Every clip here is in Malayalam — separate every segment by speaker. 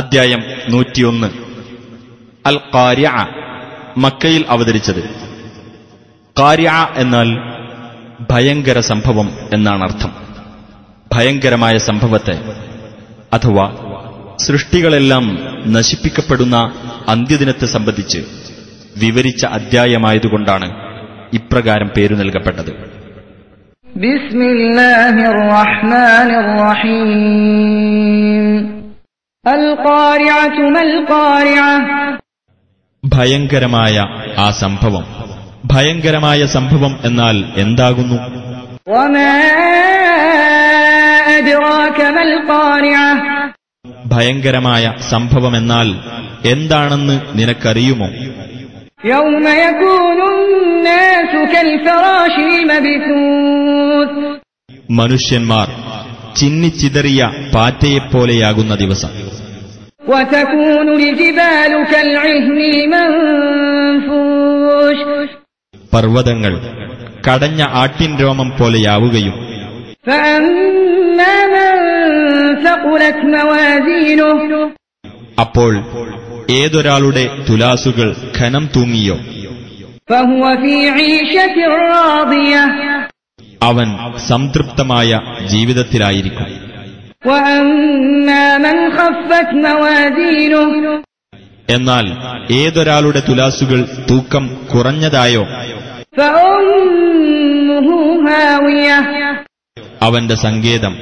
Speaker 1: അധ്യായം നൂറ്റിയൊന്ന് അൽ കാര്യ മക്കയിൽ അവതരിച്ചത് കാര്യ എന്നാൽ ഭയങ്കര സംഭവം എന്നാണ് അർത്ഥം ഭയങ്കരമായ സംഭവത്തെ അഥവാ സൃഷ്ടികളെല്ലാം നശിപ്പിക്കപ്പെടുന്ന അന്ത്യദിനത്തെ സംബന്ധിച്ച് വിവരിച്ച അധ്യായമായതുകൊണ്ടാണ് ഇപ്രകാരം പേരു നൽകപ്പെട്ടത്
Speaker 2: بسم الله الرحمن الرحيم القارعة ما القارعة
Speaker 1: ഭയങ്കരമായ ആ സംഭവം ഭയങ്കരമായ സംഭവം എന്നാൽ എന്താകുന്നു
Speaker 2: وما أدراك ما القارعة
Speaker 1: ഭയങ്കരമായ സംഭവമെന്നാൽ എന്താണെന്ന് നിനക്കറിയുമോ
Speaker 2: يوم يكون الناس كالفراش المبثوث
Speaker 1: മനുഷ്യന്മാർ ചിന്നിച്ചിതറിയ പാറ്റയെപ്പോലെയാകുന്ന ദിവസം
Speaker 2: وتكون الجبال كالعهن المنفوش
Speaker 1: പർവ്വതങ്ങൾ കടഞ്ഞ ആട്ടിൻ രോമം പോലെയാവുകയും
Speaker 2: فأما من ثقلت موازينه
Speaker 1: അപ്പോൾ ഏതൊരാളുടെ തുലാസുകൾ ഖനം തൂങ്ങിയോ
Speaker 2: فهو في عيشة راضية
Speaker 1: അവൻ സംതൃപ്തമായ ജീവിതത്തിലായിരിക്കും
Speaker 2: وأما من خفت موازينه
Speaker 1: എന്നാൽ ഏതൊരാളുടെ തുലാസുകൾ തൂക്കം കുറഞ്ഞതായോ
Speaker 2: فأمه هاوية
Speaker 1: അവന്റെ സങ്കേതം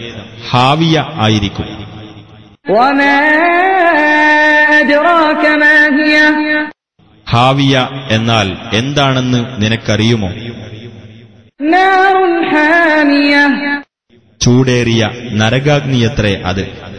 Speaker 1: ഹാവിയ ആയിരിക്കും
Speaker 2: وما أدراك ما هي
Speaker 1: ഹാവിയ എന്നാൽ എന്താണെന്ന് നിനക്കറിയുമോ
Speaker 2: نار حامية
Speaker 1: ചൂടേറിയ നരകാഗ്നിയത്രേ അത്